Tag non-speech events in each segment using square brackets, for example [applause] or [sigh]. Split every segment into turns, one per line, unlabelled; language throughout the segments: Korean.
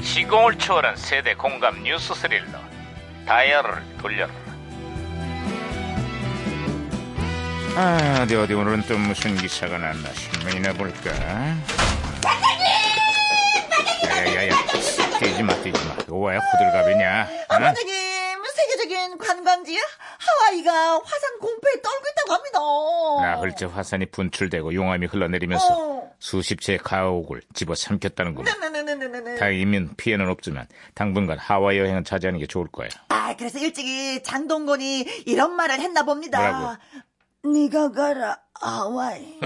20을 초월한 세대 공감 뉴스 스릴러 다이얼을 돌려라 아, 어디 어디 오늘은 또 무슨 기사가 났나 신문이나 볼까 반장님! 야야야야 뛰지마 뛰지마 오와야 호들갑이냐 어?
반장님, 세계적인 관광지 하와이가 화산 공포에 떨고 있다고 어. 합니다.
나흘째 화산이 분출되고 용암이 흘러내리면서
어.
수십 채의 가옥을 집어삼켰다는구만
네네네네네네.
다행히 인민 피해는 없지만 당분간 하와이 여행은 자제하는 게 좋을 거야 [laughs]
아, 그래서 일찍이 장동건이 이런 말을 했나 봅니다.
뭐라고?
네가 가라 하와이.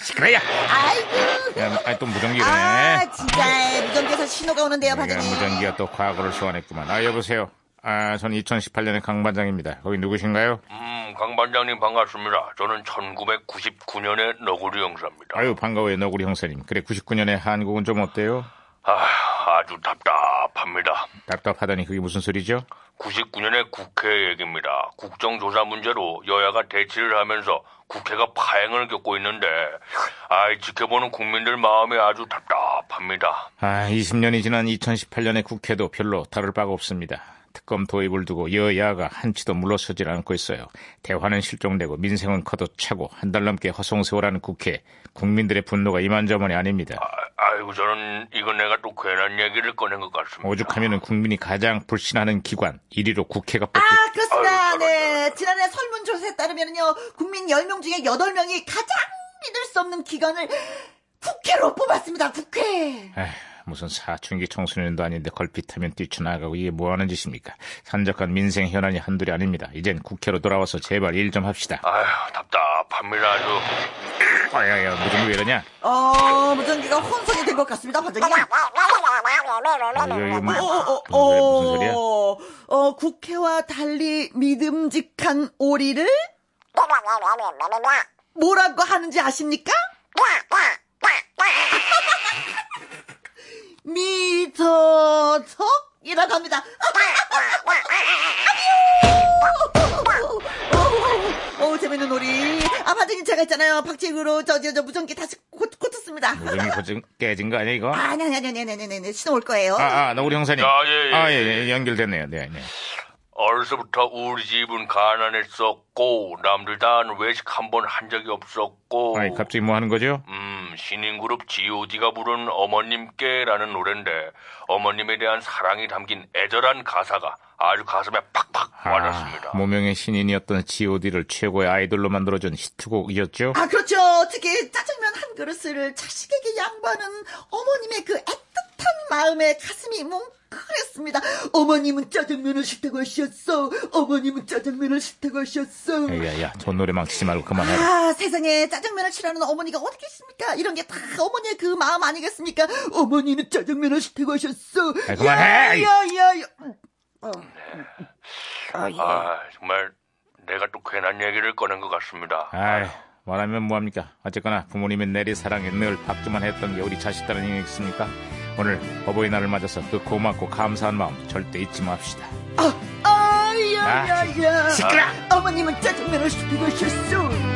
시끄러야
아이고.
아또 무전기 이러네
아, 진짜 무전기에서 신호가 오는데요,
야,
반장님.
무전기가 또 과거를 소환했구만. 아 여보세요. 아, 전 2018년의 강 반장입니다. 거기 누구신가요?
음, 강 반장님 반갑습니다. 저는 1999년의 너구리 형사입니다.
아유 반가워요 너구리 형사님. 그래 99년에 한국은 좀 어때요?
아, 아주 답답합니다.
답답하다니 그게 무슨 소리죠?
99년의 국회 얘기입니다. 국정조사 문제로 여야가 대치를 하면서 국회가 파행을 겪고 있는데, 아이, 지켜보는 국민들 마음이 아주 답답합니다.
아 20년이 지난 2018년의 국회도 별로 다를 바가 없습니다. 특검 도입을 두고 여야가 한치도 물러서질 않고 있어요. 대화는 실종되고 민생은 커도차고 한 달 넘게 허송세월하는 국회. 국민들의 분노가 이만저만이 아닙니다.
아, 이고 저는 이건 내가 또 괜한 얘기를 꺼낸 것 같습니다.
오죽하면은 국민이 가장 불신하는 기관 1위로 국회가 뽑힐
아, 그렇습니다.
아유,
네. 지난해 설문조사에 따르면요, 국민 10명 중에 8명이 가장 믿을 수 없는 기관을 국회로 뽑았습니다, 국회.
에휴, 무슨 사춘기 청소년도 아닌데 걸핏하면 뛰쳐나가고 이게 뭐하는 짓입니까? 산적한 민생 현안이 한둘이 아닙니다. 이젠 국회로 돌아와서 제발 일 좀 합시다.
아휴, 답답합니다. 아주.
아야야, 무슨 왜 이러냐?
어, 무전기가 혼선이 된 것 같습니다, 반장님.
아, 이거, 이거 뭐, 무슨, 소리야,
어, 어,
무슨 소리야?
어, 어, 국회와 달리 믿음직한 오리를 뭐라고 하는지 아십니까? 미터척이라고 합니다. 아, 어, 재밌는 놀이. 아, 반장님 제가 있잖아요. 박치기로 저, 저, 저 무전기 다시 고, 고쳤습니다.
무정이 고정 깨진 거 아니야 이거?
아니, 아니, 아니, 아니, 아니, 아니, 아니, 신호 올 거예요.
아, 아, 너구리 형사님.
아, 예, 예.
아, 예, 예, 연결됐네요. 네, 네.
어려서부터 우리 집은 가난했었고 남들 다 아는 외식 한 번 한 적이 없었고
아니, 갑자기 뭐 하는 거죠?
음 신인그룹 G.O.D가 부른 어머님께라는 노래인데 어머님에 대한 사랑이 담긴 애절한 가사가 아주 가슴에 팍팍 와닿습니다.
아, 모명의 신인이었던 G.O.D를 최고의 아이돌로 만들어준 히트곡이었죠?
아, 그렇죠. 특히 짜장면 한 그릇을 자식에게 양보하는 어머님의 그 애틋한 마음에 가슴이 뭉클했습니다. 어머님은 짜장면을 싫다고 하셨어. 어머님은 짜장면을 싫다고 하셨어.
야, 야, 돈 노래 망치지 말고 그만해.
아, 세상에 짜장면을 싫어하는 어머니가 어디 계십니까? 이런 게 다 어머니의 그 마음 아니겠습니까? 어머니는 짜장면을 싫다고 하셨어.
아, 그만해!
야, 야, 야. 어. 아, 예.
아 정말 내가 또 괜한 얘기를 꺼낸 것 같습니다.
아이, 말하면 뭐합니까? 어쨌거나 부모님의 내리 사랑에 늘 박주만 했던 게 우리 자식들은 이겠습니까? 오늘 어버이날을 맞아서 그 고맙고 감사한 마음 절대 잊지 맙시다.
아, 야,
아,
야, 야.
시끄러!
어머님은 짜장면을 시키고 싶소.